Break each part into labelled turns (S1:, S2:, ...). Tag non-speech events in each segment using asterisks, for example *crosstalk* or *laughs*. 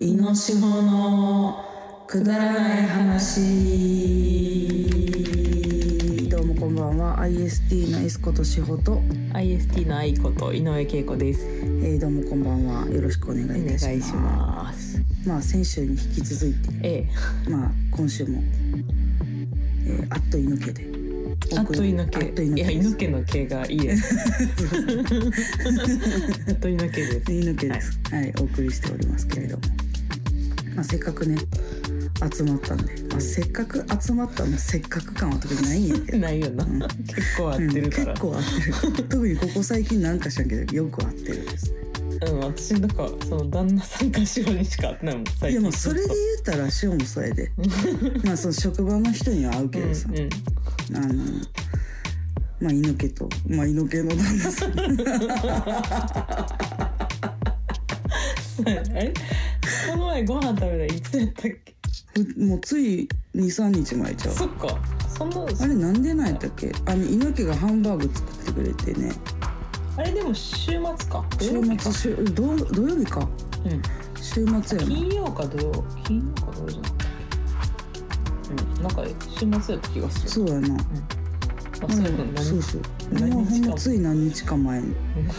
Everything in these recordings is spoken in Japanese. S1: イノシホのくだらない話どうもこんばんは IST のエスコとしほと、
S2: IST の愛こと井上恵子です
S1: え。ー、どうもこんばんはよろしくお願
S2: お
S1: いい
S2: 願
S1: た
S2: い
S1: します
S2: します。
S1: まあ先週に引き続いて
S2: ええ、
S1: まあ今週も、えー、あっといのけで
S2: あっといの
S1: あっと
S2: け、
S1: いのけ
S2: いや、
S1: で
S2: い
S1: す
S2: のけのけがいいです。あっといのけです。
S1: いのけですはい、お送りしておりますけれどもまあせっかくね集まったんで、まあ、せっかく集まったのせっかく感は特にないんやけど
S2: ないよな
S1: うん。
S2: 結構合ってるから。
S1: うん、結構合ってる特にここ最近なんかしらんけどよく合ってるですね
S2: うん、私なんか、その旦那さんかしらにしか会ってないもん。最
S1: いや
S2: 近
S1: もうそれで言ったら塩もそれ
S2: *laughs*
S1: でまあその職場の人には合うけどさ、
S2: うん、うん、
S1: あのまあ猪木とまあ猪木の旦那さん
S2: そうやねあれ、この前ご飯食べた、いつやったっけ。
S1: もうつい23日前ちゃう
S2: そっか、その、
S1: あれなんでなんやったっけあの猪木がハンバーグ作ってくれてね
S2: あれでも週末か。
S1: 週
S2: 土曜日か
S1: 末週土土曜日か
S2: うん。
S1: 週末やな
S2: 金曜か土曜金曜か土曜じゃなかったっけうんなんか週末やった気がする
S1: そうやな
S2: あそういうこと
S1: そう
S2: 何
S1: そう
S2: 何日
S1: もうほん
S2: か
S1: まつい何日か前に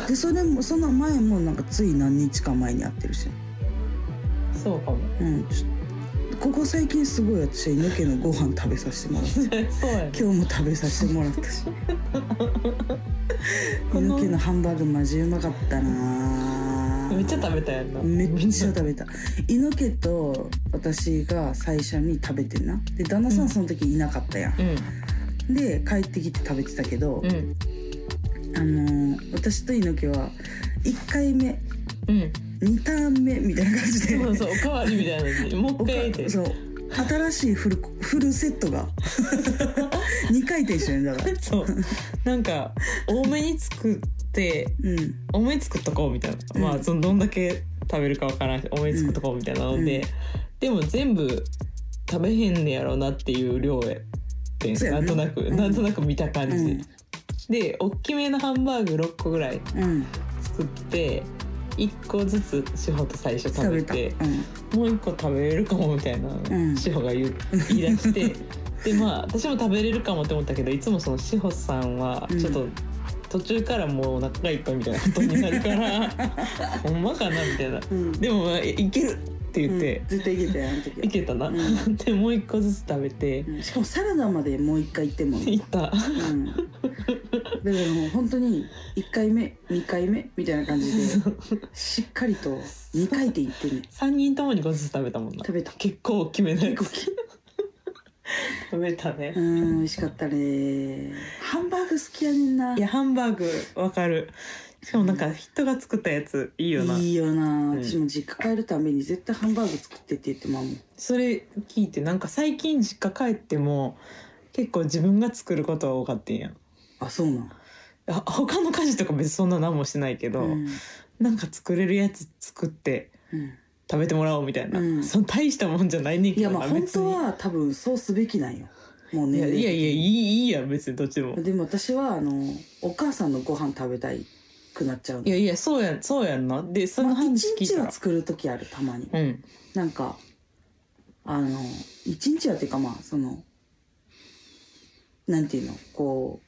S1: でそれもその前もなんかつい何日か前にやってるし、
S2: そうかも
S1: うん、ちょここ最近すごい私猪木のご飯食べさせても
S2: *laughs*
S1: らって
S2: そうやね
S1: 今日も食べさせてもらった
S2: *laughs*
S1: し
S2: この
S1: 猪木のハンバーグマジうまかったな
S2: めっちゃ食べたやんな
S1: めっちゃ食べた猪木と私が最初に食べてんなで旦那さ
S2: うんん
S1: その時いなかったやん、
S2: うん
S1: で帰ってきて食べてたけど、
S2: うん
S1: あのー私と猪木は1回目
S2: うん
S1: 2ターン目みたいな感じで
S2: そうそうおかわりみたいなのにも
S1: お
S2: う
S1: か
S2: 一回って
S1: そう新しいフルフルセットが2回転してるんだから
S2: そうなんか多めに作って
S1: うん
S2: 多めに作っとこうみたいな、
S1: うん
S2: まあそのどんだけ食べるかわからんし多めに作っとこうみたいなので、
S1: うん
S2: でも全部食べへんねやろうなっていう量やってん
S1: そうや
S2: な
S1: なん
S2: となく、
S1: うん
S2: なんとなく見た感じ、
S1: うん
S2: でおっきめのハンバーグ6個ぐらい
S1: うん
S2: 作って1個ずつ志保と最初食
S1: 食べ
S2: べ
S1: た
S2: てもう1個食べれるかもみたいな、
S1: ん
S2: 志保が言う言い出して
S1: *laughs*
S2: でまあ私も食べれるかもって思ったけどいつもその志保さんは
S1: うん
S2: ちょっと途中からもうお腹がいっぱいみたいなことになるから
S1: *laughs*
S2: ほんまかなみたいな。
S1: うん、うん、
S2: でも、まあ、いけるって言って
S1: うん、絶対いけたよあの時
S2: いけたな、
S1: うん
S2: *laughs* でもう1個ずつ食べて
S1: うんしかもサラダまでもう1回行ってんもん
S2: *laughs* いった
S1: うん、だからもう本当に1回目2回目みたいな感じでしっかりと2回転いってね
S2: 3人ともに5ずつ食べたもんな
S1: 食べた
S2: 結構大きめのやつ
S1: 結構大きい
S2: 食べたね、
S1: うん美味しかったねハンバーグ好きやねんない
S2: やハンバーグわかるしかもなんか人が作ったやついい
S1: い
S2: よな、
S1: いよな、
S2: うん
S1: 私も実家帰るために絶対ハンバーグ作ってって言ってまうもん
S2: それ聞いてなんか最近実家帰っても結構自分が作ることは多かったんや
S1: あそうなん
S2: あ他の家事とか別にそんな何もしてないけど、
S1: うん
S2: なんか作れるやつ作って
S1: うん
S2: 食べてもらおうみたいな、
S1: うん
S2: その大したもんじゃないねん
S1: い
S2: け
S1: や
S2: どな
S1: まあ本
S2: 別に
S1: 当は多分そうすべきなんよもう
S2: い
S1: 年
S2: や
S1: 齢
S2: いやいやい
S1: 的に
S2: いいいや別にどっちでも
S1: でも私はあのお母さんのご飯食べたいくなっちゃうの
S2: いやいやそうやんそうやんなでその
S1: まあ
S2: 話
S1: 一
S2: 聞い
S1: 日
S2: た
S1: は
S2: ら、
S1: 作る時あるたまに
S2: うん
S1: なんかあの一日はっていうかまあそのなんていうのこう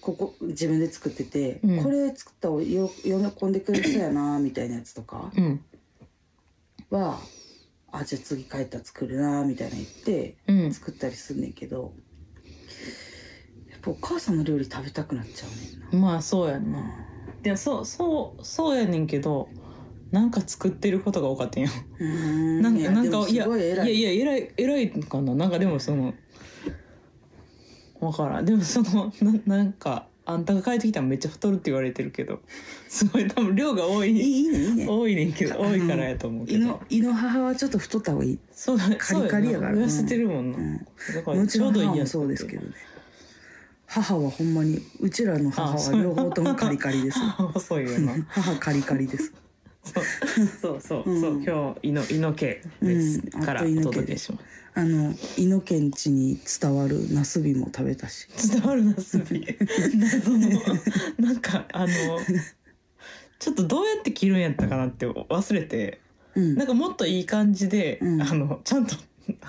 S1: ここ自分で作ってて、
S2: うん
S1: これ作ったらよ喜んでくれそうやなみたいなやつとか
S2: うん
S1: はあじゃあ次帰ったら作るなみたいな言って
S2: うん
S1: 作ったりすんねんけどやっぱお母さんの料理食べたくなっちゃうねんな。
S2: まあそうやんなでそうそうそうやねんけどなんか作ってることが多かったんよ
S1: うーん
S2: なん
S1: い
S2: か
S1: や
S2: なん
S1: でも
S2: かい
S1: す
S2: や
S1: ごい偉い
S2: いやいや偉い偉いかななんかでもそのわからんでもそのななんかあんたが帰ってきたらめっちゃ太るって言われてるけどすごい多分量が多
S1: い
S2: い
S1: いいいねいいね
S2: 多いねんけど多いからやと思うけ
S1: 胃の
S2: ど
S1: 胃の母はちょっと太った方がいい、
S2: そう
S1: カリカリやから
S2: そうな痩せてるもんな、
S1: うん、
S2: だか
S1: も
S2: ら
S1: ち
S2: ちょ
S1: ろ
S2: うんどいいや
S1: 母
S2: つ
S1: もそうです
S2: *laughs*
S1: けどね母はほんまにうちらの母
S2: あ
S1: は
S2: そう
S1: 両方ともカリカリです
S2: 細いよな
S1: 母カリカリです *laughs*
S2: そうそうそう,、
S1: うん
S2: そう今日猪猪家です、
S1: うん
S2: から
S1: あ
S2: お
S1: と猪家
S2: 届けしま
S1: あの猪犬家に伝わるナスビも食べたし
S2: す伝わるなすび謎のなんかあのちょっとどうやって切るんやったかなって忘れて
S1: うん
S2: なんかもっといい感じで、
S1: うん
S2: あのちゃんと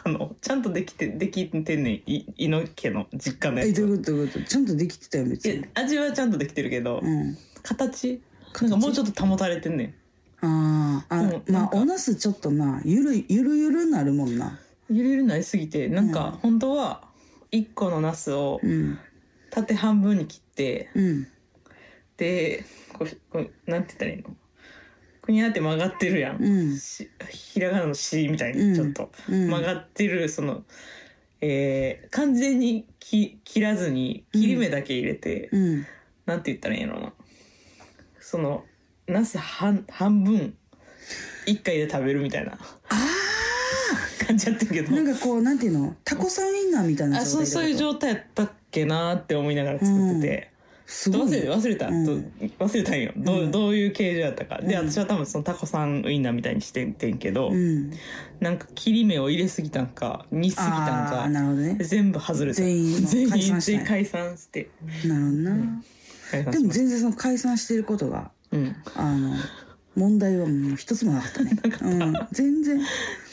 S2: あのちゃんとできてできてんねんい猪木家の実家の
S1: え
S2: や
S1: ど
S2: つ
S1: う
S2: は
S1: いうことどういうことちゃんとできてたよ別
S2: い
S1: に
S2: や味はちゃんとできてるけど、
S1: うん
S2: 形なんかもうちょっと保たれてんねん
S1: あーあ、
S2: うんな
S1: ま
S2: ん
S1: あ
S2: か
S1: おなすちょっとなゆるゆるゆるなるもんな
S2: ゆるゆるなりすぎてなん
S1: うん
S2: か本当は一個のナスを
S1: うん
S2: 縦半分に切って
S1: うん
S2: でこうこうなんて言ったらいいのくにゃって曲がってるやん、
S1: うん
S2: しひらがなの「し」みたい
S1: うん
S2: にちょっと、
S1: うん
S2: 曲がってるその、えー完全にき切らずに切り目だけ入れて、
S1: うん
S2: なんて言ったらいいのなそのナス半半分一回で食べるみたいな *laughs*
S1: あ
S2: 感じやってんけ
S1: あ
S2: ど
S1: なんかこうなんていうのタコさんウインナーみたいな
S2: あ
S1: 状態
S2: そうそういう
S1: 態
S2: 状態やったっけなーって思いながら作ってて、
S1: す
S2: ど
S1: ご
S2: う
S1: い
S2: せ忘れた、
S1: うん
S2: ど忘れたんよどう,、
S1: うん
S2: どういう形状やったかで
S1: うん
S2: 私は多分そのタコさんウインナーみたいにしてんてんけど、
S1: うん
S2: なんか切り目を入れすぎたんか煮すぎたん
S1: ああー
S2: か
S1: なるほどね
S2: 全部外れた
S1: 全員
S2: 全員
S1: 解散したんや
S2: 解散して
S1: なるほどな、
S2: ん解散
S1: で
S2: し
S1: も
S2: ました
S1: 全然その解散してることが
S2: うん
S1: あの問題はもう一つもなか
S2: *laughs*
S1: ったねうん、全然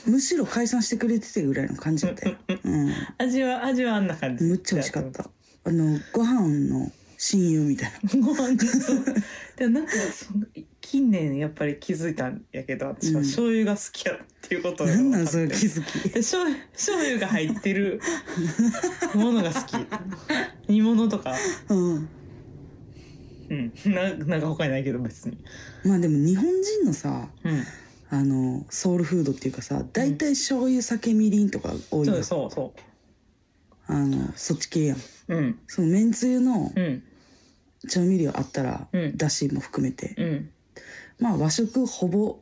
S1: むしろ解散してくれててぐらいの感じだった
S2: *laughs*
S1: よ、うん、
S2: 味は味はあんな感じ
S1: むっちゃ美味しか
S2: *laughs*
S1: ったあのご飯の親友みたい
S2: ご飯にそうでもなんかその近年やっぱり気づいたんやけど私は醤油が好きやっていうこと
S1: ななんなん
S2: 分か
S1: そ
S2: っ
S1: れ
S2: て
S1: 気づき
S2: で醤油醤油が入ってるものが好き煮物とか
S1: うん
S2: うんな *laughs* なんか他にないけど別に
S1: まあでも日本人のさ
S2: うん
S1: あのソウルフードっていうかさ大体醤油酒みりんとか多い
S2: そ
S1: よ
S2: うそうそ
S1: あのそっち系やん
S2: ううん
S1: そのめんつゆの
S2: うん
S1: 調味料あったら、
S2: うん
S1: だしも含めて
S2: うん
S1: まあ和食ほぼ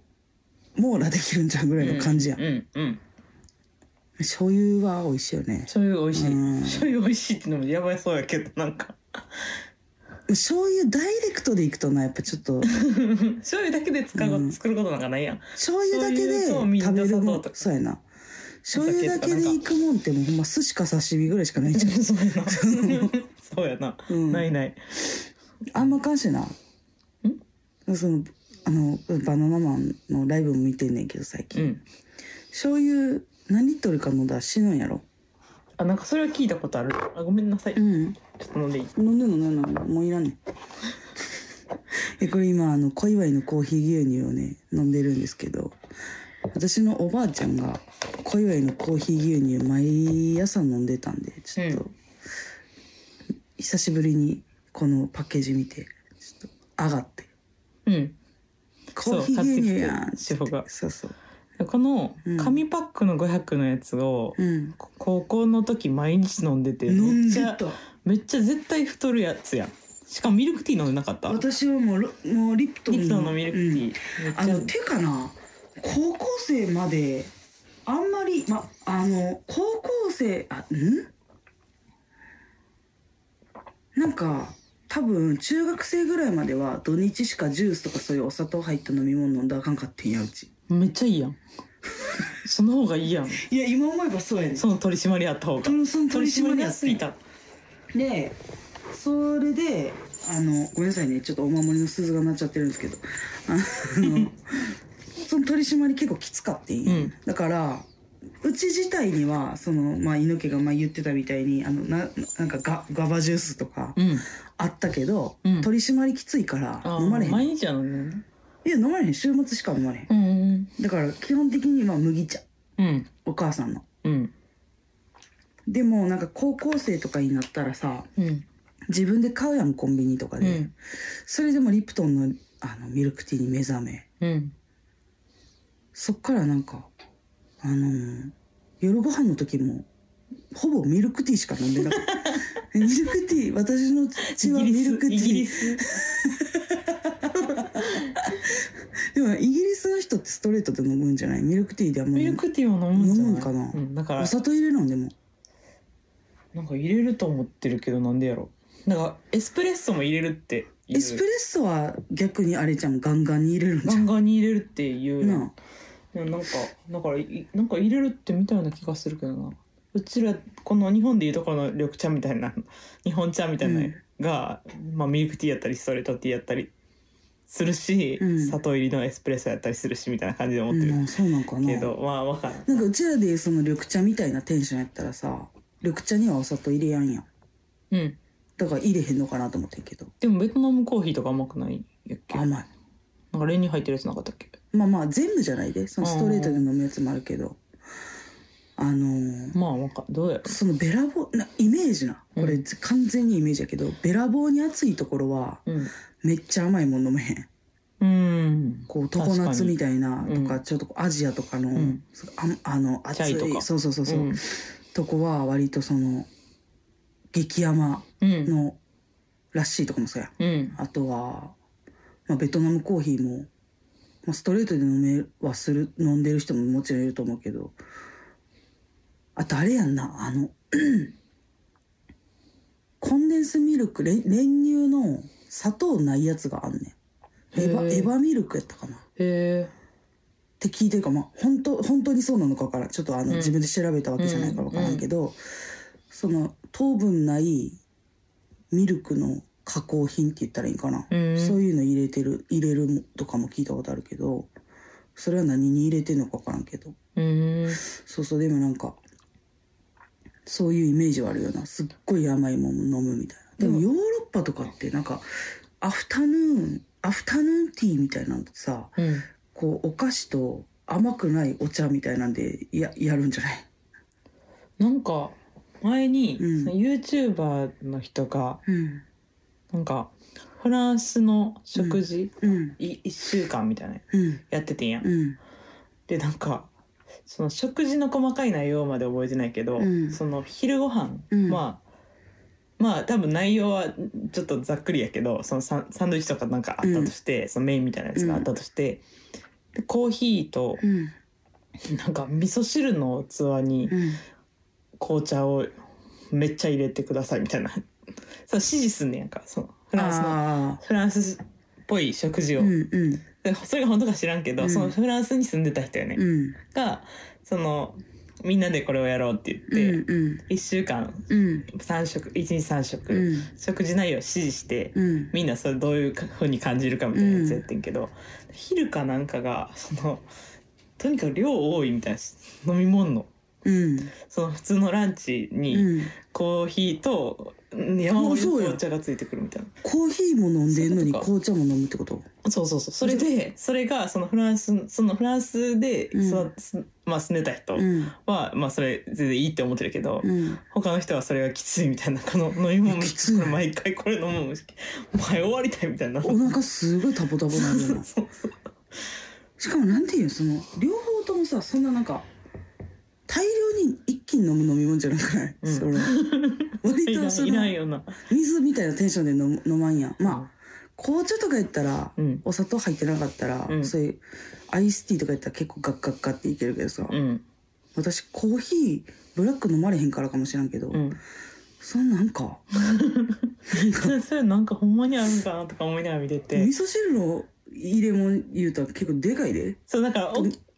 S1: 網羅できるんじゃんぐらいの感じやん、
S2: うんうん
S1: 醤油は美味しいよね
S2: 醤油美味し
S1: うん
S2: い醤油美味しいってのもやばいそうやけどなんか *laughs*
S1: 醤油ダイレクトでいくとなやっぱちょっと
S2: 醤油だけで使う、
S1: うん
S2: 作ることなんかないやん *laughs*
S1: 醤油だけで
S2: 醤油とみりんと
S1: 食べるも
S2: 砂
S1: ん
S2: 糖と
S1: そうやな醤油だけでいくもんってもうほんま寿司か刺身ぐらいしかないじゃん
S2: そうやなそうやな、
S1: うん
S2: ないない
S1: あんま関してないそのあのバナナマンのライブも見てんねんけど最
S2: う
S1: 近、
S2: ん
S1: 醤油何リットルか飲んだら死ぬんやろ
S2: あなんかそれは聞いたことあるあごめんなさい、
S1: ん
S2: ちょっと飲んでいい
S1: 飲んでんの飲んでんのもういらん
S2: *laughs*
S1: ねんえこれ今あの小祝のコーヒー牛乳をね飲んでるんですけど私のおばあちゃんが小祝のコーヒー牛乳毎朝飲んでたんでちょっと、
S2: う
S1: 久しぶりにこのパッケージ見てちょっと上がって
S2: うん
S1: 「コーヒー牛乳やん」
S2: そう買ってきて主婦が
S1: そうそう
S2: この
S1: うん
S2: 紙パックの500のやつを、
S1: うん
S2: こ高校の時毎日飲んでて
S1: 飲ん
S2: めっ
S1: で
S2: ちゃ
S1: た
S2: めっちゃ絶対太るやつやんしかもミルクティー飲んでなかった
S1: 私はもうロもうリプトン
S2: リプトンのミルクテ
S1: うん
S2: ィー、めっ
S1: あ
S2: ちゃ
S1: のてかな高校生まであんまりまあの高校生あんなんか多分中学生ぐらいまでは土日しかジュースとかそういうお砂糖入った飲み物飲んだらあかんかってんやうち
S2: めっちゃいいやんその方がいいやん
S1: いや今思えばそうやね
S2: その取り締まりあった方が
S1: そのその取り締まりやって
S2: 取り締まりや
S1: で
S2: す
S1: それであのごめんなさいねちょっとお守りの鈴が鳴っちゃってるんですけどあ
S2: *laughs*
S1: のその取り締まり結構きつかってんや、
S2: うん
S1: だからうち自体にはその、まあ、猪木がまあ言ってたみたいにあのななんかガガバジュースとか
S2: ぎたうん
S1: あったけど、
S2: うん
S1: 取り締まりきついから
S2: あー
S1: 飲まれへんい
S2: 毎日やのね
S1: や飲まれへん週末しか飲まれへん
S2: うんうん
S1: だから基本的にまあ麦茶
S2: うん
S1: お母さんの
S2: うん
S1: でもなんか高校生とかになったらさ
S2: うん
S1: 自分で買うやんコンビニとか
S2: う
S1: で、
S2: ん
S1: それでもリプトンのあのミルクティーに目覚め
S2: うん
S1: そっからなんかあのー夜ご飯の時もほぼミルクティーしか飲んでなかった
S2: *laughs*
S1: ミルクティー私の父は
S2: イギ
S1: ミ
S2: リス
S1: ルクティ
S2: イギリ
S1: ー
S2: ス
S1: でもイギリスの人ってストレートで飲むんじゃないミルクティーであんま
S2: ミル
S1: り
S2: クティーは飲むんじゃない
S1: 飲むんかな
S2: うん、だから
S1: お砂糖入れるのでも
S2: なんか入れると思ってるけどなんでやろなんかエスプレッソも入れるっていう
S1: エスプレッソは逆にあれじゃんガンガンに入れるんじ
S2: ガ
S1: ゃ
S2: ン
S1: ん
S2: ガンに入れるっていう
S1: なあ
S2: いやなんかだからいなんか入れるってみたいな気がするけどなうちらこの日本でいうとこの緑茶みたい *laughs* な日本茶みたいなのが、まあ、ミルクティーやったりストレートティーやったりするし、
S1: うん
S2: 砂糖入りのエスプレッソやったりするしみたいな感じで思って
S1: うん、
S2: る
S1: あそうなんかな
S2: けど、まあ分かる
S1: なんかうちらでいうその緑茶みたいなテンションやったらさ緑茶にはお砂糖入れやんやん
S2: うん
S1: だから入れへんのかなと思ってんけど
S2: でもベトナムコーヒーとか甘くないんやっけなん
S1: 甘い
S2: か練乳入ってるやつなかったっけ
S1: まあまあ全部じゃないでそのストレートで飲むやつもあるけどあのー
S2: まあなんかどうやろ
S1: そのべらぼうなイメージなこれ、
S2: うん
S1: 完全にイメージやけどべらぼうに熱いところは
S2: う
S1: めっちゃ甘いもん飲めへん
S2: うん
S1: こう常夏みたいな
S2: 確
S1: と
S2: かに
S1: か
S2: うん
S1: ちょっとこうアジアとかの、
S2: ん
S1: そああの熱
S2: チャイと
S1: い
S2: か
S1: そうそうそうそう、
S2: うん
S1: とこは割とその激甘
S2: うん
S1: のラッシーとかもそうやん
S2: うん
S1: あとは、まあ、ベトナムコーヒーも、まあ、ストレートで飲めはする飲んでる人ももちろんいると思うけどあとあれやんなあの *clears throat* コンデンスミルクれん練乳の砂糖ないやつがあんねんエバ
S2: へー
S1: エバミルクやったかなっ
S2: へ
S1: て聞いてるかまあ本当本当にそうなのかわからんちょっとあの、
S2: うん
S1: 自分で調べたわけじゃないから分からんけど、その糖分ないミルクの加工品って言ったらいいんかな、
S2: え
S1: そういうの入れてる入れるとかも聞いたことあるけどそれは何に入れてんのか分からんけど
S2: うん
S1: そうそうでもなんかそういうイメージはあるよなすっごい甘いもの飲むみたいなでも
S2: うん
S1: ヨーロッパとかってなんかアフタヌーンアフタヌーンティーみたいなのとさ
S2: うん
S1: こうお菓子と甘くないお茶みたいなんでややるんじゃない
S2: なんか前に、
S1: うん
S2: その YouTuber の人が
S1: うん
S2: なんかフランスの食事、
S1: うん
S2: い一1週間みたいなの
S1: うん
S2: やっててんや、
S1: うん
S2: でなんかその食事の細かい内容まで覚えてないけど、
S1: うん
S2: その昼ご飯、
S1: うん
S2: まあまあ多分内容はちょっとざっくりやけどそのサンサンドイッチとかなんかあったとして、そのメインみたいなやつがあったとして、でコーヒーと
S1: うん
S2: なんか味噌汁の器に
S1: うん
S2: 紅茶をめっちゃ入れてくださいみたいなその指示すんねやんかそのフランスの
S1: ああ
S2: フランスっぽい食事
S1: う
S2: を、
S1: んうん
S2: でそれが本当か知らんけど、
S1: うん
S2: そのフランスに住んでた人やね、
S1: うん
S2: がそのみんなでこれをやろうって言っ
S1: う
S2: て、
S1: んうん
S2: 1週間
S1: うん
S2: 3食1日3食、
S1: うん
S2: 食事内容を指示して、
S1: うん
S2: みんなそれどういうふうに感じるかみたいなやつやってんけど、昼かなんかがそのとにかく量多いみたいな飲み物の
S1: うん
S2: その普通のランチに。
S1: うん
S2: コーヒーと山盛りの紅茶がついてくるみたいな
S1: コーヒーも飲んでんのに
S2: そういうことか
S1: 紅茶も飲むってこと
S2: そうそうそうそれでそれがそのフランスそのフランスで
S1: うん
S2: 育つ、まあ、住んでた人
S1: うん
S2: は、まあそれ全然いいって思ってるけど、
S1: うん
S2: 他の人はそれがきついみたいなこの *laughs* 飲み物
S1: きつい
S2: これ毎回これ飲むの前終わりたいみたいな
S1: お腹すごいタポタポなるよな
S2: *laughs* そうそう
S1: *laughs* しかもなんていうのその両方ともさそんななんか大量に一気に飲む飲み物じゃなくない、
S2: うん
S1: そ *laughs* れ割
S2: いら
S1: と
S2: ん
S1: そ
S2: いらん
S1: の
S2: よな
S1: 水みたいなテンションで飲む飲まんやんまあ紅茶とかやったら、
S2: うん
S1: お砂糖入ってなかったら、
S2: うん
S1: そういうアイスティーとかやったら結構ガッガッガッっていけるけどさ、
S2: うん
S1: 私コーヒーブラック飲まれへんからかもしらんけど、 *laughs*
S2: うん
S1: そんなんか
S2: それそれなんかほんまにあるんかなとか思いながら見てて
S1: 味噌汁の入れ物言うたら結構でかいで
S2: そうだから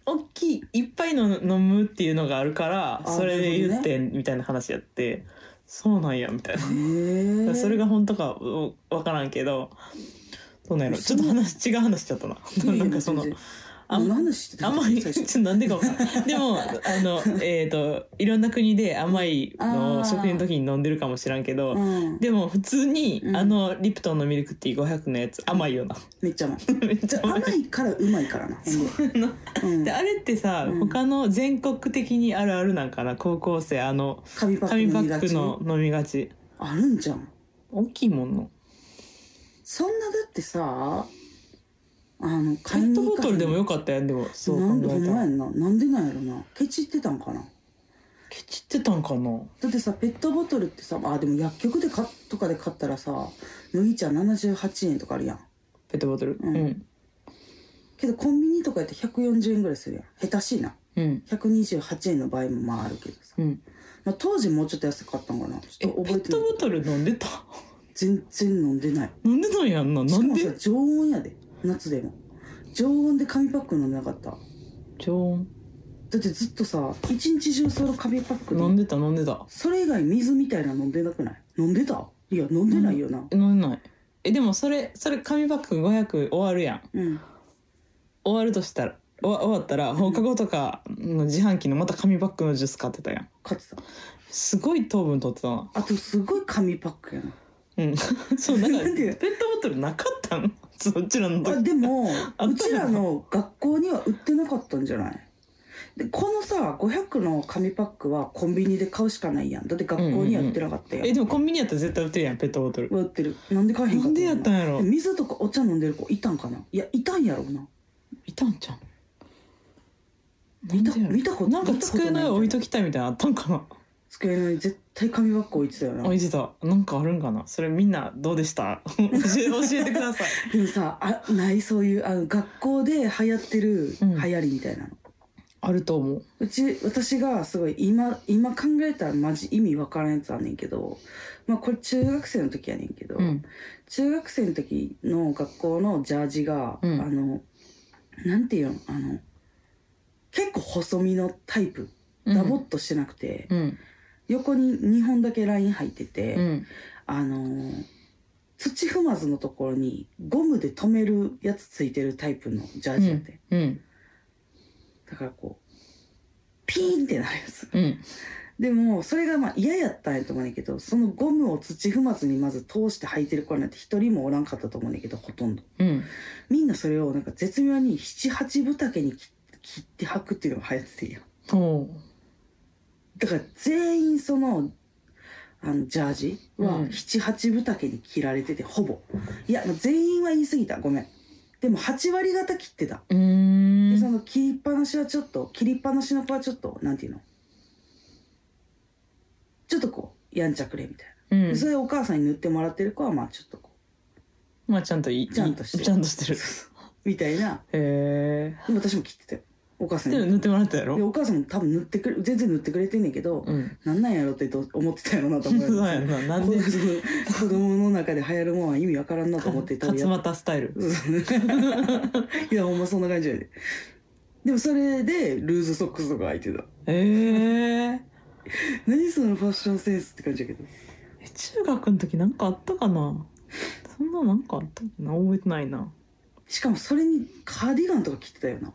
S2: お大きい一杯の飲むっていうのがあるから
S1: あ
S2: それで
S1: なる
S2: 言っ
S1: ほど
S2: てみたいな話やってそうなんやみたいな
S1: へー
S2: それが本当かおわからんけどどうなんやろち
S1: そ
S2: ょ
S1: う
S2: っと話違う話しちゃったななんかその
S1: いやいや全然
S2: あん
S1: 何の話してた
S2: 甘い
S1: 最
S2: ちょ
S1: 初
S2: っとなんでかわからんでもあ
S1: *laughs*
S2: のえっ、といろんな国で甘いの
S1: あー
S2: を食事の時に飲んでるかもしらんけど
S1: うん
S2: でも普通に、
S1: うん
S2: あのリプトンのミルクティー500のやつ甘いよな
S1: めっちゃ甘い
S2: めっち
S1: じ
S2: ゃ
S1: ゃ
S2: 甘
S1: 甘
S2: い
S1: いからうまいからなうん
S2: であれってさ、
S1: うん
S2: 他の全国的にあるあるなんかな高校生あの
S1: 紙パック
S2: 紙パ
S1: 飲み
S2: ッ
S1: が
S2: ク
S1: ち
S2: の飲みがち
S1: あるんじゃん
S2: 大きいもんの
S1: そんなだってさあの
S2: ペ
S1: 買い
S2: ッ
S1: に
S2: ト
S1: 行
S2: ボ
S1: か
S2: トルでも
S1: よ
S2: よかったやんでもそ
S1: なん
S2: う
S1: で
S2: 考
S1: ほ
S2: え
S1: ん
S2: た
S1: まや
S2: ら
S1: んななんでなんやろなケチってたんかな
S2: ケチってたんかな
S1: だってさペットボトルってさあでも薬局でかとかで買ったらさ麦茶78円とかあるやん
S2: ペットボトル
S1: う
S2: うんん
S1: けどコンビニとかやって140円ぐらいするやん下手しいな
S2: うん
S1: 128円の場合もまああるけどさ、
S2: うん
S1: まあ、当時もうちょっと安かったんかなち
S2: え
S1: ょ
S2: ペ
S1: っと覚え
S2: ッ
S1: てな
S2: ト
S1: い
S2: ボトル飲んでた *laughs*
S1: 全然飲んでない
S2: 飲んでたんやんなな
S1: しか
S2: ん
S1: もさ
S2: で
S1: 常温やで夏でも常温で紙パック飲んでなかっただ
S2: 常温
S1: ってずっとさ一日中その紙パック
S2: 飲んでた飲んでた
S1: それ以外水みたいなの飲んでなくない飲んでたいや飲んでないよな、
S2: え飲んでないえでもそれそれ紙パック500終わるやん
S1: うん
S2: 終わるとしたら終わ終わったら放課後とかの自販機のまた紙パックのジュース買ってたやん
S1: 買ってた
S2: すごい糖分取ってたな
S1: あとすごい紙パックやな
S2: うん
S1: *laughs*
S2: そうなんか
S1: なんで
S2: ペットボトルなかったんそっちらの *laughs*
S1: あ
S2: 時
S1: でも
S2: あ
S1: うちらの学校には売ってなかったんじゃないでこのさ500の紙パックはコンビニで買うしかないやんだって学校には売ってなかったやん,、
S2: えでもコンビニやったら絶対売ってるやんペットボトル
S1: 売ってるなんで買えへん
S2: な
S1: かっ
S2: ん
S1: た
S2: でやったんやろ
S1: 水とかお茶飲んでる子いたんかないやいたんやろうない
S2: たんじゃん
S1: 見た
S2: なんでやろ
S1: 見たこと
S2: なんか机の上置いときたいみたいなのあったんかな
S1: 机の上に絶対紙パック置いてたよな
S2: 置いてたなんかあるんかなそれみんなどうでした
S1: *laughs*
S2: 教え教えてください
S1: でもさあないそういうあの学校で流行ってる
S2: う
S1: 流
S2: ん
S1: 行りみたいなの、
S2: あると思う
S1: うち私がすごい今今考えたらマジ意味わからんやつあんねんけどまあこれ中学生の時やねんけど、
S2: うん
S1: 中学生の時の学校のジャージが、
S2: うん
S1: あのなんていうのあの結構細身のタイプダボっとしてなくて、
S2: うん
S1: 横に2本だけライン入ってて、
S2: うん
S1: あのー土踏まずのところにゴムで留めるやつついてるタイプのジャージやって、
S2: うん
S1: だからこうピーンってなるやつ
S2: うん
S1: でもそれがまあ嫌やったんやと思うねんけどそのゴムを土踏まずにまず通して履いてる子なんて一人もおらんかったと思うねんけどほとんど
S2: うん
S1: みんなそれをなんか絶妙に78分丈に切切って履くっていうのが流行っててんやん
S2: おう
S1: だから全員そのあのジャージ
S2: う
S1: は
S2: ん
S1: 78分丈に切られててほぼいやまあ全員は言い過ぎたごめんでも8割方切ってた
S2: うー
S1: で
S2: ん
S1: その切りっぱなしはちょっと切りっぱなしの子はちょっとなんていうのちょっとこうやんちゃくれみたいな
S2: うん
S1: でそれでお母さんに塗ってもらってる子はまあちょっとこ
S2: まあちゃんといい
S1: ちゃんとしてる
S2: ちゃんとして
S1: う
S2: る
S1: みたいな
S2: へ
S1: *laughs* でも私も切ってたよお母さ
S2: え
S1: ん
S2: でも
S1: に
S2: 塗ってもらったや
S1: で
S2: ろ
S1: お母さんも多分塗ってくれ全然塗ってくれてんねんけど、
S2: うん
S1: なんなんやろってど思ってたやろなと
S2: そう
S1: 思いま
S2: や
S1: す
S2: ななん
S1: 子
S2: で
S1: 子供の中で流行るもんは意味わからんなと思ってた
S2: 勝俣スタイル
S1: *laughs* いやほんまそんな感じやででもそれでルーズソックスとか履いてた
S2: へえ
S1: 何そのファッションセンスって感じやけど
S2: え中学の時なんかあったかなそんななんかあったかな覚えてないな
S1: しかもそれにカーディガンとか着てたよな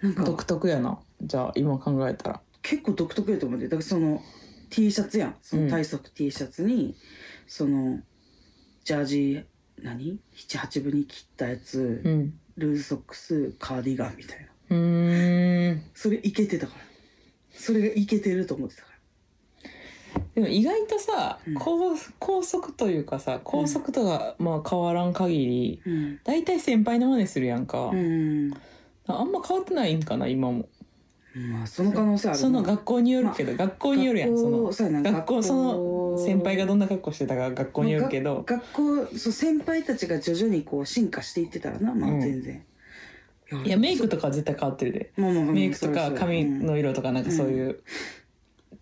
S1: なんか
S2: 独特やなじゃあ今考えたら
S1: 結構独特やと思ってだからその T シャツやんその体側 T シャツに、そのジャージ何78分に切ったやつ、
S2: うん
S1: ルーズソックスカーディガンみたいな
S2: うーん
S1: それいけてたからそれがいけてると思ってたか
S2: でも意外とさ、
S1: うん
S2: 高高速というかさ高速とかまあ変わらん限り
S1: らうん
S2: 大体先輩の真似するやんか、
S1: うん
S2: あんま変わってないんかな今も
S1: まあその可能性あるな
S2: その学校によるけど、学校によるやんその
S1: そうやな
S2: 学校その先輩がどんな格好してたか学校によるけ
S1: まあ
S2: ど、
S1: が学校そう先輩たちが徐々にこう進化していってたらなまあ
S2: うん
S1: 全然、
S2: いやメイクとかは絶対変わってるで、
S1: まあまあまあ
S2: メイクと
S1: それ
S2: か
S1: はそう
S2: 髪
S1: うん
S2: の色とかなんかそういう、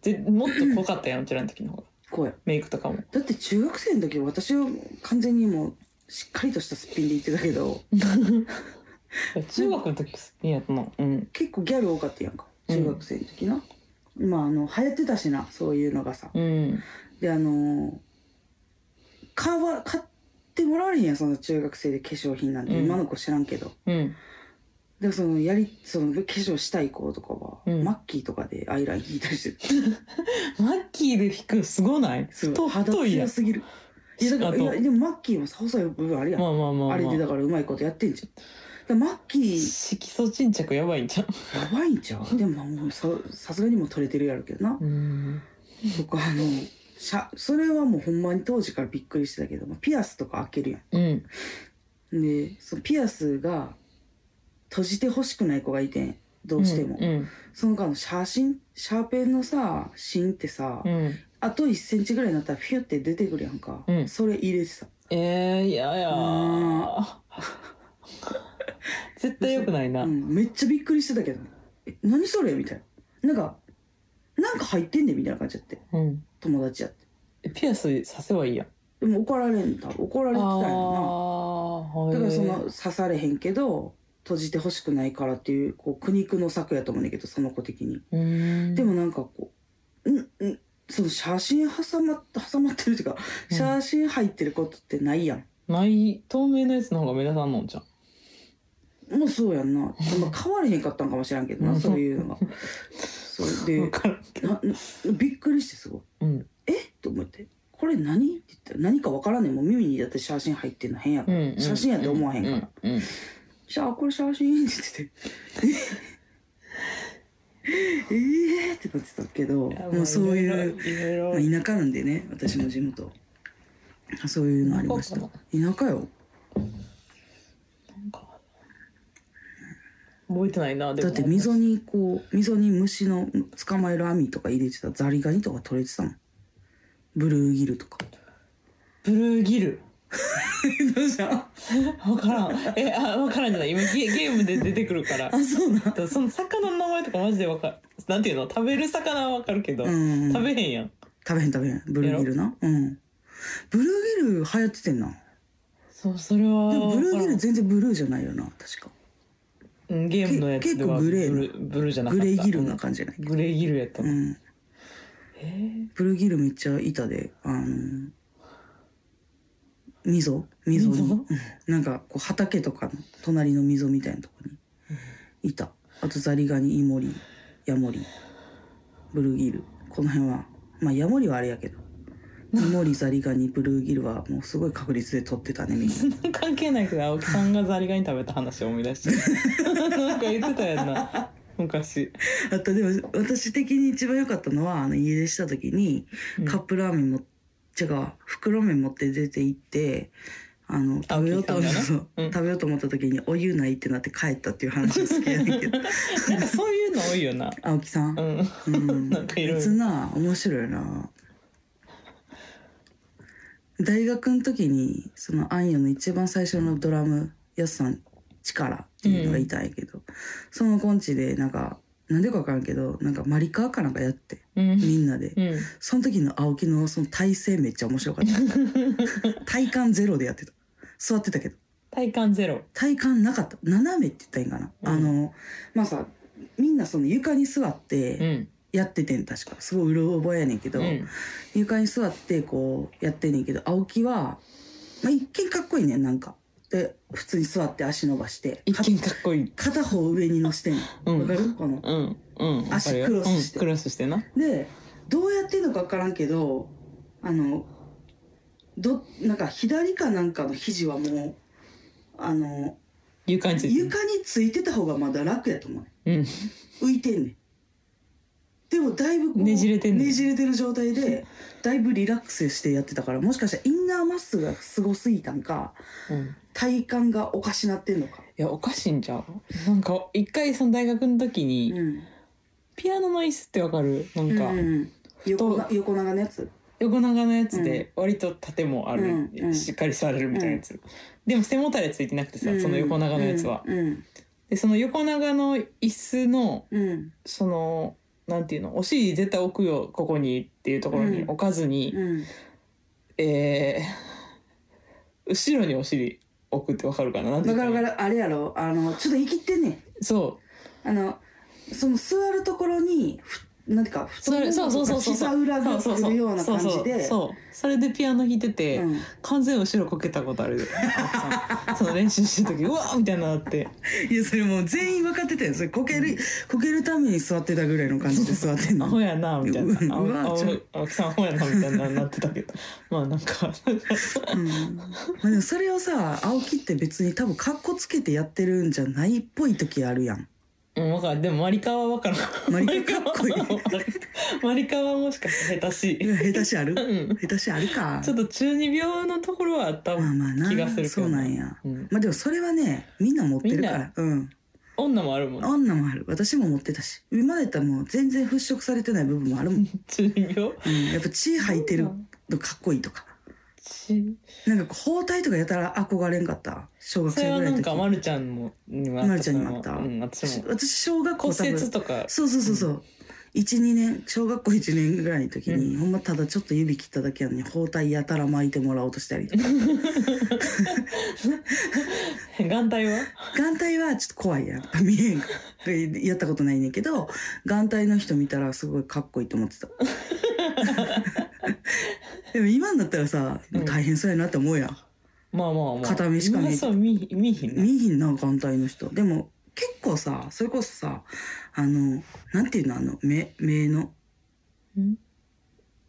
S2: ぜもっと濃かったやんうちらの時の方が
S1: こうや
S2: メイクとか
S1: *laughs*
S2: も
S1: だって中学生の時私は完全にもうしっかりとしたすっぴんで行ってたけど
S2: 中学の時好きやったのうん
S1: 結構ギャル多かったやんか中学生の時な、まああの流行ってたしなそういうのがさ
S2: うん
S1: であのー買わ買ってもらわれへんやんその中学生で化粧品なんて、
S2: うん
S1: 今の子知らんけど
S2: うん
S1: でそのやりその化粧したい子とかは、
S2: うん
S1: マッキーとかでアイライン引いたりしてる
S2: マッキーで引くすごない
S1: そう
S2: *laughs* 太
S1: 肌
S2: 太いや
S1: 強
S2: ん
S1: すぎるいやだから
S2: あと
S1: いやでもマッキーも細い部分あるやん、
S2: まあまあまあ、まあ、
S1: あれでだからうまいことやってんじゃんだからマッキー
S2: 色素沈着やばいんじゃん
S1: やばいんちゃうでもまあもうささすがにもう取れてるやろけどな
S2: うん
S1: とかあのしゃそれはもうほんまに当時からびっくりしてたけどピアスとか開けるや
S2: うん
S1: んでそのピアスが閉じてほしくない子がいてんどうしても、
S2: うん
S1: その間の写真シャーペンのさ芯ってさ、
S2: うん
S1: あと1センチぐらいになったらフィュって出てくるやんか、
S2: うん
S1: それ入れてた
S2: えー、いやいや
S1: あ
S2: 絶対良くないな、
S1: うん、めっちゃびっくりしてたけど「え何それ?」みたいななんかなんか入ってんねんみたいな感じやって
S2: うん
S1: 友達やって
S2: ピアスさせばいいやん
S1: でも怒られんだ怒ら
S2: あ
S1: れてたんやろ
S2: ー
S1: なだからその
S2: へー
S1: 刺されへんけど閉じてほしくないからっていうこう苦肉の策やと思うねんだけどその子的に
S2: うーん
S1: でもなんかこう「んんその写真挟まっ挟まってるっていうか、
S2: うん
S1: 写真入ってることってないやん
S2: ない透明のやつの方が目立たんのんじゃん
S1: もうそうやんな、まあ、変われへんかったんかもしらんけど
S2: う
S1: なんそういうのがそうで
S2: 分からんけど
S1: ななびっくりしてすごい
S2: うん
S1: えっと思って「これ何?」って言ったら何か分からんねんもう耳にだって写真入ってんの変やから、
S2: うん
S1: 写真やって思わへんから、
S2: うんうん
S1: じゃあこれ写真って言っててええーってなってたけど
S2: いや
S1: もうそういう
S2: い
S1: ま
S2: ろ
S1: あ
S2: いろ
S1: 田舎なんでね私も地元そういうのありました
S2: 田
S1: 田舎よ
S2: なんか覚えてないなで
S1: だ
S2: も
S1: って溝にこう溝に虫の捕まえる網とか入れてたザリガニとか取れてたもんブルーギルと
S2: *laughs*
S1: か
S2: ブルーギル
S1: どうした
S2: 分からんえあ分からんじゃない今ゲゲームで出てくるから
S1: *laughs* あそうな
S2: その魚の名前とかマジで分かるなんていうの食べる魚は分かるけど、
S1: うんうん
S2: 食べへんやん
S1: 食べへん食べへんブルーギルなうんブルーギル流行っててんな
S2: そうそれは
S1: でもブルーギル
S2: 分か
S1: 全然ブルーじゃないよな確
S2: らんうんゲームのやつで
S1: け結構
S2: は
S1: グレーな
S2: ブルブルーじゃ
S1: か
S2: なかっ
S1: グ
S2: た
S1: レーギルな感じじゃない
S2: うんグレーギルやった
S1: う
S2: の、
S1: ん
S2: え
S1: ブルーギルめっちゃ板で、あの、溝溝に。
S2: 溝
S1: うんなんか、こう、畑とかの隣の溝みたいなとこにいた。あと、ザリガニ、イモリ、ヤモリ、ブルーギル。この辺は、まあ、ヤモリはあれやけど、イモリ、ザリガニ、ブルーギルはもうすごい確率で取ってたね、みんな。
S2: ー *laughs* 関係ないけど青木さんがザリガニ食べた話を思い
S1: *laughs*
S2: 出してなんか言ってたやんな昔
S1: あと、でも、私的に一番良かったのは、あの、家出した時に、
S2: うん
S1: カップラーメンも、違うわ、袋麺持って出て行って、あの、食べようと思っ
S2: あ
S1: た、
S2: 聞い
S1: そう
S2: うん
S1: 食べようと思った時に、お湯ないってなって帰ったっていう話好きやねんけ
S2: *laughs*
S1: ど。
S2: なんかそういうの多いよな
S1: 青木さん
S2: う。ん
S1: うん。
S2: なんかいろいろ
S1: あいつな、面白いな。大学の時に、その、あんよの一番最初のドラム、やすさん、力っていうのがいたんやけど、そのコンチで、なんか、なんでかわからんけど、なんかマリカーかなんかやって、
S2: うん
S1: みんなで。
S2: うん
S1: その時の青木のその体勢めっちゃ面白か
S2: *laughs*
S1: った。体幹ゼロでやってた。座ってたけど。
S2: 体感ゼロ
S1: 体幹なかった。斜めって言ったらいいんかな。
S2: うん
S1: あの、まあさ、みんなその床に座っ
S2: う
S1: て
S2: ん
S1: やっててん、確か。すごいうろ覚えやねんけど、
S2: うん
S1: 床に座ってこうやってんねんけど、青木は、まあ一見かっこいいねん、なんか。で、普通に座って足伸ばして、
S2: 一見かっこいい
S1: か片方上に乗してん
S2: う
S1: の。
S2: ん
S1: わかるこの。
S2: うんうんわかる
S1: 足
S2: よ
S1: クロスして
S2: うんクロスしてな
S1: でどうやってんのか分からんけどあのどなんか左かなんかの肘はもうあの
S2: 床についてる
S1: 床についてた方がまだ楽やと思うね
S2: うん
S1: 浮いてんねんでもだいぶこう
S2: ねじれてんねん
S1: ねじれてる状態でだいぶリラックスしてやってたからもしかしたらインナーマッスルがすごすぎたんか
S2: うん
S1: 体幹がおかしなってんのか、
S2: いやおかしいんちゃうなんか一回その大学の時
S1: う
S2: に、
S1: ん、
S2: ピアノの椅子ってわかるなんか、
S1: うんうん横な横長のやつ
S2: 横長のやつで割と縦もある、
S1: うんうん
S2: しっかり座れるみたいなやつ、でも背もたれついてなくてさ、その横長のやつは、
S1: うんうん
S2: でその横長の椅子の
S1: うん
S2: そのなんていうのお尻絶対置くよここにっていうところに
S1: うん
S2: 置かずに、
S1: うん
S2: えー後ろにお尻置くってわかるかななんてい
S1: だ
S2: う
S1: から
S2: の
S1: だからあれやろあのちょっと生きってんねん
S2: そ
S1: あのその座るところにふなんていうか
S2: うそれそうそうそうそう
S1: 膝裏がくるような感じで
S2: そうそうそうそうそれでピアノ弾いてて、
S1: うん
S2: 完全後ろこけたことあるよ青木さんその練習してる時うわーみたいなのあって
S1: いやそれもう全員分かってたよそれこけるこけるために座ってたぐらいの感じで座ってん
S2: アホやなみたいな
S1: うわ
S2: 青
S1: ちょ
S2: 青青木さんアホやなみたいななってたけどまあな
S1: *laughs*
S2: んか
S1: うんまあ、でもそれをさ青木って別に多分カッコつけてやってるんじゃないっぽい時あるやん
S2: うんわかるでもマリカはわからん
S1: マリカかっこいい
S2: マリカは *laughs* マリカはもしかして下手し
S1: い
S2: い
S1: や下手しある
S2: うん
S1: 下手しあるか
S2: ちょっと中二病のところはあった
S1: まあまあな
S2: 気がするけど
S1: そうなんや
S2: うん
S1: まあでもそれはねみんな持ってるからうん
S2: 女もあるもん
S1: 女もある私も持ってたし今までやったらもう全然払拭されてない部分もあるもん、
S2: *laughs* 中二病
S1: うんやっぱ血吐いてるのかっこいいとか
S2: ち
S1: なんかこう包帯とかやたら憧れんかった小学
S2: それ
S1: 生
S2: は
S1: ぐら
S2: ない
S1: の
S2: ん
S1: 時
S2: かまるちゃんもにもあった
S1: まるちゃんにもあった
S2: うん私
S1: し
S2: も
S1: 私小学校
S2: 骨
S1: 多分
S2: 折とか
S1: そうそうそうそう12年小学校1年ぐらいの時に、
S2: う
S1: ほんまただちょっと指切っただけやのに包帯やたら巻いてもらおうとしたりと
S2: *laughs*
S1: か
S2: 眼帯は
S1: 眼帯はちょっと怖いやん *laughs* やっぱ見えん
S2: *laughs*
S1: からでやったことないねんけど眼帯の人見たらすごいかっこいいと思ってたでも今んだったらさ
S2: うん
S1: 大変そうやなって思うやん、
S2: まあまあまあ
S1: 片目しか見え
S2: 見
S1: て
S2: そう見見えひんな
S1: 見えひんな眼帯の人でも結構さそれこそさあのなんていうのあの目目の
S2: ん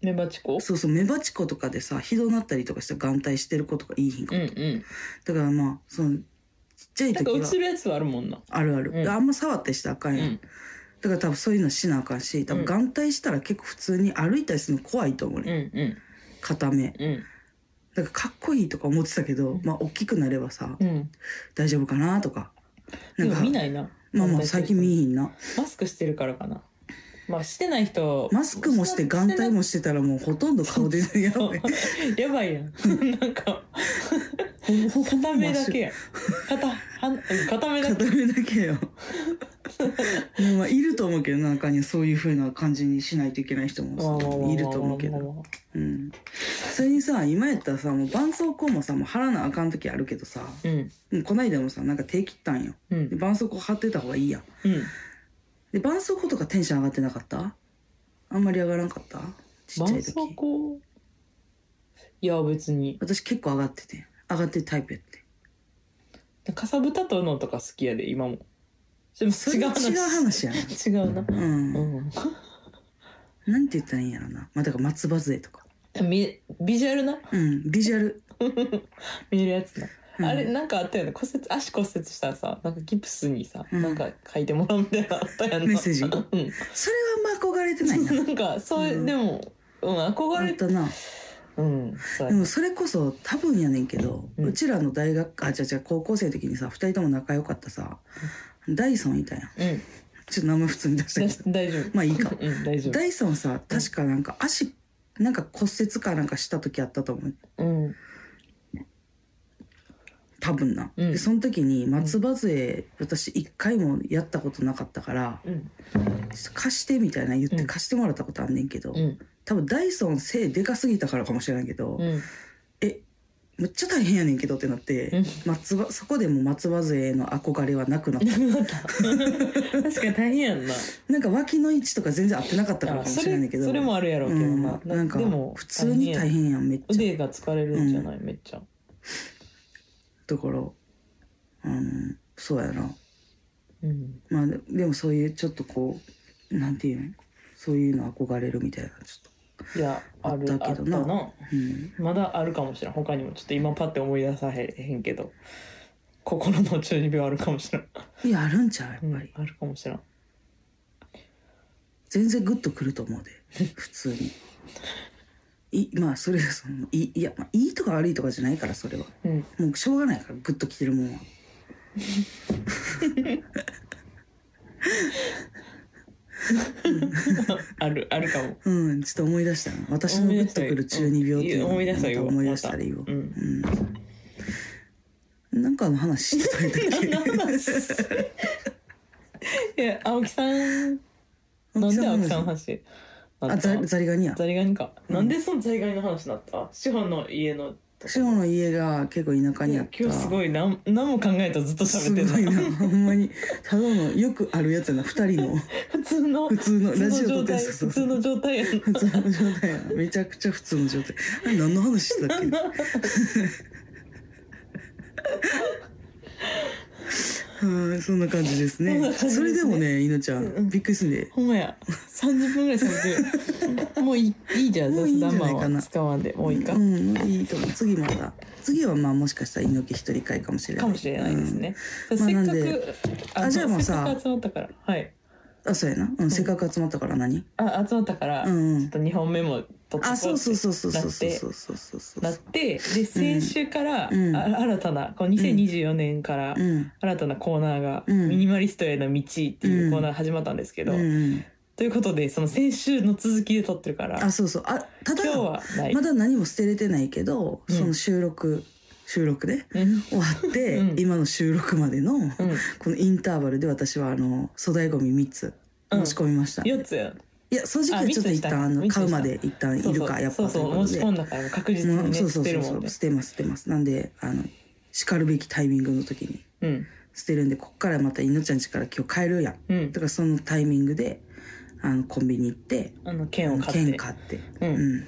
S2: メバチコ
S1: そうそう目鉢子とかでさひどなったりとかしたら眼帯してる子とかいいひんか
S2: うん
S1: も、
S2: うん
S1: だからまあそのちっちゃい
S2: なん
S1: 時
S2: か
S1: は
S2: 映るやつはあるもんな
S1: あるある、
S2: うん
S1: あんま触ったりしたらあか
S2: うん
S1: やん、
S2: ん
S1: だから多分そういうのしなあかんし多分眼帯したら結構普通に歩いたりするの怖いと思う
S2: うん
S1: ね、片目
S2: うんうん
S1: だからかっこいいとか思ってたけど、
S2: うん
S1: まあ大きくなればさ
S2: うん
S1: 大丈夫かなとかな
S2: で
S1: ん
S2: も
S1: か
S2: 見ないな
S1: まあまあ最近見え
S2: い
S1: ひんな
S2: マスクしてるからかなまあしてない人
S1: マスクもして眼帯もしてたらもうほとんど顔出ないやばい
S2: してやばいやんなんか
S1: *laughs*
S2: 片目だけやん片はん片目だけ
S1: 片目だけよで *laughs* もまあいると思うけど中にはそういう風な感じにしないといけない人
S2: わあわあわあわあ
S1: も
S2: わあ
S1: いると思うけど、うん、それにさ今やったらさもう絆創膏もさもう貼らなあかん時あるけどさ
S2: うん
S1: もうこないだもさなんか手切ったんよ
S2: う
S1: で
S2: ん
S1: 絆創膏貼ってた方がいいやん
S2: うん
S1: で絆創膏とかテンション上がってなかったあんまり上がらんかったちっちゃ
S2: 絆
S1: い
S2: 創
S1: 時
S2: 膏いや別に
S1: 私結構上がってて上がってるタイプやって
S2: かさぶたとのとか好きやで今もでも
S1: そ
S2: 違
S1: れ
S2: う
S1: は
S2: 話
S1: 違う話やな
S2: *laughs* 違うな
S1: うん、
S2: うん
S1: なんて言ったらいいんやろなまあだから松葉杖とか
S2: みビジュアルな
S1: うんビジュアル、
S2: 見えるやつな、
S1: うん
S2: あれなんかあったよね骨折足骨折したらさなんかギプスにさ、
S1: うん
S2: なんか書いてもらうみたいなのあったやんな
S1: メッセージ
S2: う
S1: それはあんま憧れてない
S2: *laughs*
S1: な。
S2: んなんかそういう、
S1: うん
S2: でも、うん、憧
S1: あっ
S2: れ
S1: てたな。
S2: うんそう
S1: で
S2: や
S1: もそれこそ多分やねんけど、
S2: う
S1: うんちらの大学、あ、違う違う、高校生の時にさ、二人とも仲良かったさ、ダイソンいたやん。
S2: うん
S1: ちょっと名前普通に出した
S2: だ
S1: け
S2: し
S1: ど。
S2: 大丈夫
S1: まあいいか
S2: うん *laughs* 大丈夫
S1: ダイソンさ、確かなんか足、なんか骨折かなんかした時あったと思う。
S2: うん
S1: 多分な。
S2: うん
S1: で、その時に松葉杖、私一回もやったことなかったから、
S2: うん
S1: ちょっと貸してみたいな言っ
S2: う
S1: て
S2: ん
S1: 貸してもらったことあんねんけど、
S2: うん
S1: 多分ダイソン背でかすぎたからかもしれないけ *laughs* ど、
S2: うん
S1: えむっちゃ大変やねんけどってなって、
S2: うん
S1: 松葉そこでもう松葉杖への憧れはなくなった
S2: なかった確かに大変やんな
S1: なんか脇の位置とか全然合ってなかったから
S2: あ
S1: かも
S2: そ
S1: しれないんだけ
S2: れ
S1: ど
S2: それもあるやろうけどな,、
S1: うん、なんか
S2: でも
S1: 普通に大変やんめっちゃ
S2: 腕が疲れるんじゃない、めっちゃ
S1: だからうんそうやな
S2: うん
S1: まあででもそういうちょっとこうなんていうのそういうの憧れるみたいなちょ
S2: いやある
S1: あ
S2: あ
S1: っ
S2: ったた
S1: けどな
S2: な
S1: っとうん
S2: まだあるかもしれん他にもちょっと今パッて思い出さへんけど心の中二病あるかもしれん、
S1: いやあるんちゃうやっぱ
S2: う
S1: り、
S2: ん、あるかもしれん
S1: 全然グッとくると
S2: *laughs*
S1: 思うで普通にいまあそれがそのいいや、まあ、いいとか悪いとかじゃないからそれは
S2: うん
S1: もうしょうがないからグッときてるもんは
S2: *laughs* あるあるかも
S1: うんちょっと思い出したな私のグッとくる中二病っていうのを
S2: 思い出したよ
S1: また思い出したらいいわ
S2: ま
S1: *laughs*
S2: たうん
S1: うん、なんかの話してたんだっけ *laughs*
S2: いや青木さんなんで青木さんの話
S1: あ
S2: なった
S1: ざザリガニや
S2: ザリガニか、
S1: うん
S2: なんでそのザリガニの話になった志保の家のとこ
S1: 志保の家が結構田舎にあった
S2: 今日すごいなん何も考えたらずっと喋って
S1: すごい
S2: ん
S1: な
S2: な
S1: ほんまにただのよくあるやつやな二人の
S2: 普通の
S1: 普通の
S2: 普通
S1: ラ
S2: の
S1: ジオ撮
S2: 状
S1: って
S2: 態
S1: そうそう
S2: 普通の状態
S1: *laughs*
S2: やん
S1: 普通の状態やなめちゃくちゃ普通の状態あれ何の話してたっけはいそんな感じです
S2: そんな
S1: ね
S2: 感じですね
S1: それでもねいのちゃ
S2: うんうん
S1: んびっくりすんで
S2: ほんまや30分ぐらい
S1: *laughs*
S2: 喋ってるもういいいいじゃん
S1: もういいん
S2: 雑
S1: じゃ
S2: 談
S1: ない
S2: 版
S1: かな
S2: は使わんで
S1: う
S2: もうんいいか、
S1: いいと思う次また次はまあもしかしたら猪木一人会かもしれない
S2: かもしれないですね、
S1: まあ
S2: せっか
S1: なん
S2: く
S1: あ
S2: の
S1: じゃあもうさ
S2: せっかく集まったからはい
S1: うんあそうやなうんせっかく集まったから何
S2: あ集まったから、
S1: うん
S2: ちょっと2本目も取ってこ
S1: あそうそうそうそうそうそう
S2: なって
S1: そうそうそうそう
S2: なってで先週から、
S1: うん
S2: あ新たなこの2024年から
S1: うん
S2: 新たなコーナーが「
S1: うん
S2: ミニマリストへの道」っていうコーナーが始まったんですけ
S1: うん
S2: ど、
S1: うん
S2: ということでその先週の続きで撮ってるから
S1: あそうそうあただ
S2: 今日はない。
S1: まだ何も捨てれてないけど
S2: うん
S1: その収録収録で
S2: うん
S1: 終わって
S2: うん
S1: 今の収録までの *laughs*
S2: うん
S1: このインターバルで私はあの粗大ごみ3つ持ち込みました、
S2: 4つや
S1: いや、掃除機はちょっと一旦、
S2: あ
S1: あ
S2: 三
S1: の、
S2: つでした
S1: 買うまで一旦いるか、やっ
S2: そ
S1: ぱと
S2: うそ
S1: いう
S2: う
S1: こと
S2: 持
S1: で。
S2: ち込んだから確実
S1: も
S2: に
S1: う
S2: ね
S1: そうそ
S2: 捨
S1: う
S2: て
S1: そ
S2: る
S1: う
S2: も
S1: そ
S2: ん
S1: う、
S2: ね
S1: 捨てます、捨てます。なんで、あの、叱るべきタイミングの時に
S2: うん
S1: 捨てるんで、こっからまたいのちゃんちから今日帰るやん。
S2: うん
S1: だからそのタイミングで、あのコンビニ行って
S2: あの剣を買って
S1: 券買って、
S2: うん
S1: うん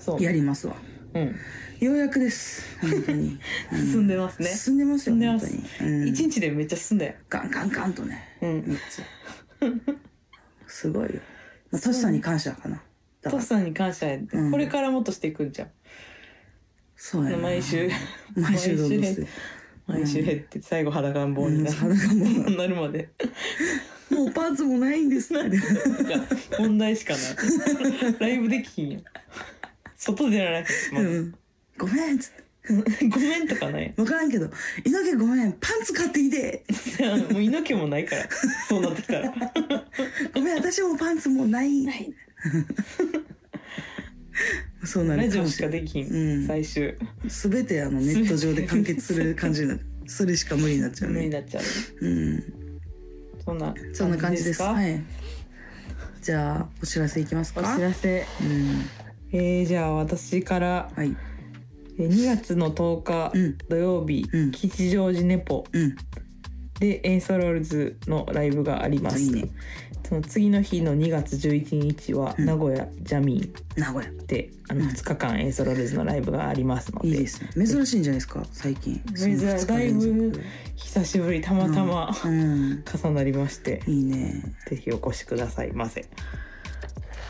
S2: そう
S1: やりますわ
S2: うん
S1: ようやくです本当に
S2: *laughs* 進んでますね
S1: 進んでますよ
S2: 進んでま
S1: 本当
S2: す
S1: に、うん
S2: 一、日でめっちゃ進んだよ
S1: ガンガンガンとね
S2: うん
S1: めっ
S2: *laughs*
S1: ちゃすごいよ、まあ、トシさんに感謝かなだか
S2: ト
S1: ら
S2: スさんに感謝やで
S1: うん
S2: これからもっとしていくんじゃん
S1: そうやな
S2: 毎週
S1: 毎週動物
S2: 毎週毎週減って最後裸ん坊
S1: うん
S2: になる
S1: 肌がもう
S2: *laughs* なるまで
S1: もうパーツもないんですって
S2: *laughs* なんか問題しかない *laughs* ライブできひんやん外でやらなくても、
S1: うんごめんっつって
S2: ごめんとかない *laughs*
S1: 分からんけど「猪木ごめんパンツ買ってきて
S2: もう猪木もないからそうなってきたら
S1: ごめん私もパンツもうない」 *laughs* そうな
S2: ラ
S1: る
S2: ジ
S1: か
S2: オ
S1: も
S2: し
S1: し
S2: か
S1: れない
S2: できひん、
S1: うん
S2: 最終
S1: 全てあのネット上で完結する感じになる *laughs* それしか無理になっちゃう
S2: 無理に
S1: ね
S2: なっちゃう
S1: うん
S2: そんな
S1: そんな感じです
S2: か
S1: はいじゃあお知らせいきますか
S2: お知らせ
S1: うん
S2: えー、じゃあ私から
S1: はい
S2: えー2月の10日
S1: うん
S2: 土曜日、
S1: うん
S2: 吉祥寺ネポ
S1: うん
S2: でエンソロールズのライブがあります
S1: いいね
S2: その次の日の2月11日は
S1: うん
S2: 名古屋ジャミーン
S1: 名古屋
S2: で、あの
S1: うん
S2: 2日間エンソロールズのライブがありますので
S1: いいですね珍しいんじゃないですか最近その
S2: 珍しい
S1: 二日連続
S2: 久しぶりたまたま、
S1: うん
S2: 重なりまして
S1: いいね
S2: ぜひお越しくださいませ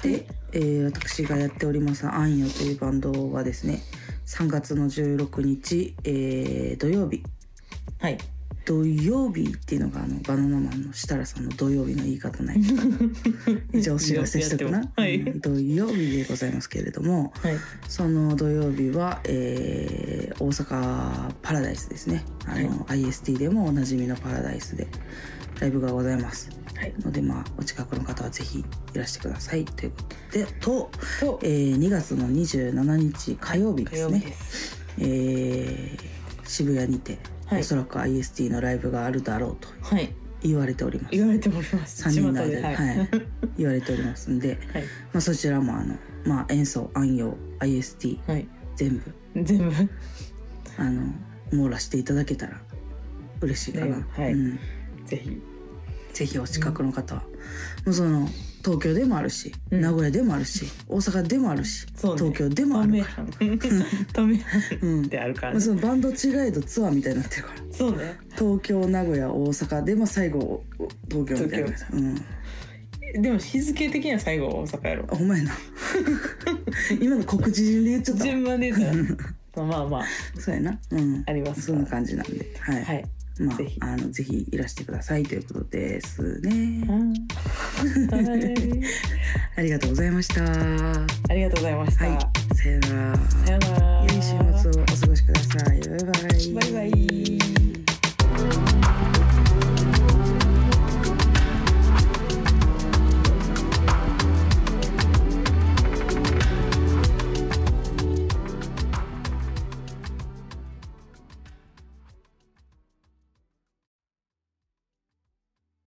S1: で、えー私がやっております「あんよ」というバンドはですね3月の16日、えー土曜日
S2: はい
S1: 土曜日っていうのがあのバナナマンの設楽さんの土曜日の言い方ない
S2: *laughs*
S1: じゃあお知らせしとく
S2: やっ
S1: な、
S2: てもはい
S1: うん土曜日でございますけれども
S2: はい
S1: その土曜日は、えー大阪パラダイスですねあの、IST でもおなじみのパラダイスでライブがございます
S2: はい
S1: のでまあお近くの方はぜひいらしてくださいということでと
S2: と
S1: えー2月の27日火曜日で
S2: 火
S1: す
S2: 曜
S1: ね
S2: 日、です
S1: えー渋谷にて、
S2: はい
S1: おそらく IST のライブがあるだろうと
S2: はい
S1: 言われております
S2: 言われております
S1: 3人の間で、
S2: 巷
S1: はい
S2: はい
S1: 言われておりますんで、
S2: *laughs* はい
S1: まあ、そちらもあの、まあ、演奏暗用 IST
S2: はい
S1: 全部
S2: 全部
S1: あの網羅していただけたら嬉しいかな、
S2: ねはい
S1: うん、
S2: ぜひ
S1: ぜひお近くの方は、もうその東京でもあるし、
S2: うん
S1: 名古屋でもあるし大阪でもあるし、
S2: そうね
S1: 東京でもあ
S2: 透
S1: る
S2: 明
S1: か
S2: 感透明感
S1: ら、うん
S2: であるか
S1: ま
S2: ら、
S1: あ、 *laughs*
S2: ね、
S1: そのバンド違いとツアーみたいになってるから
S2: そうね
S1: 東京名古屋大阪でも最後お東京みたいな、
S2: 東
S1: うん、
S2: でも日付的には最後大阪やろ
S1: あほんまやな *laughs* 今の告知順で言っちゃったわ
S2: 順番で言ったらまあまあ
S1: そうやな、うん、
S2: あります
S1: そんな感じなんではい、
S2: はい
S1: まあ
S2: ぜひ
S1: あのぜひいらしてくださいということですね、
S2: あー
S1: ありがとうございましたは
S2: ありがとうございました、
S1: いさよなら
S2: さようなら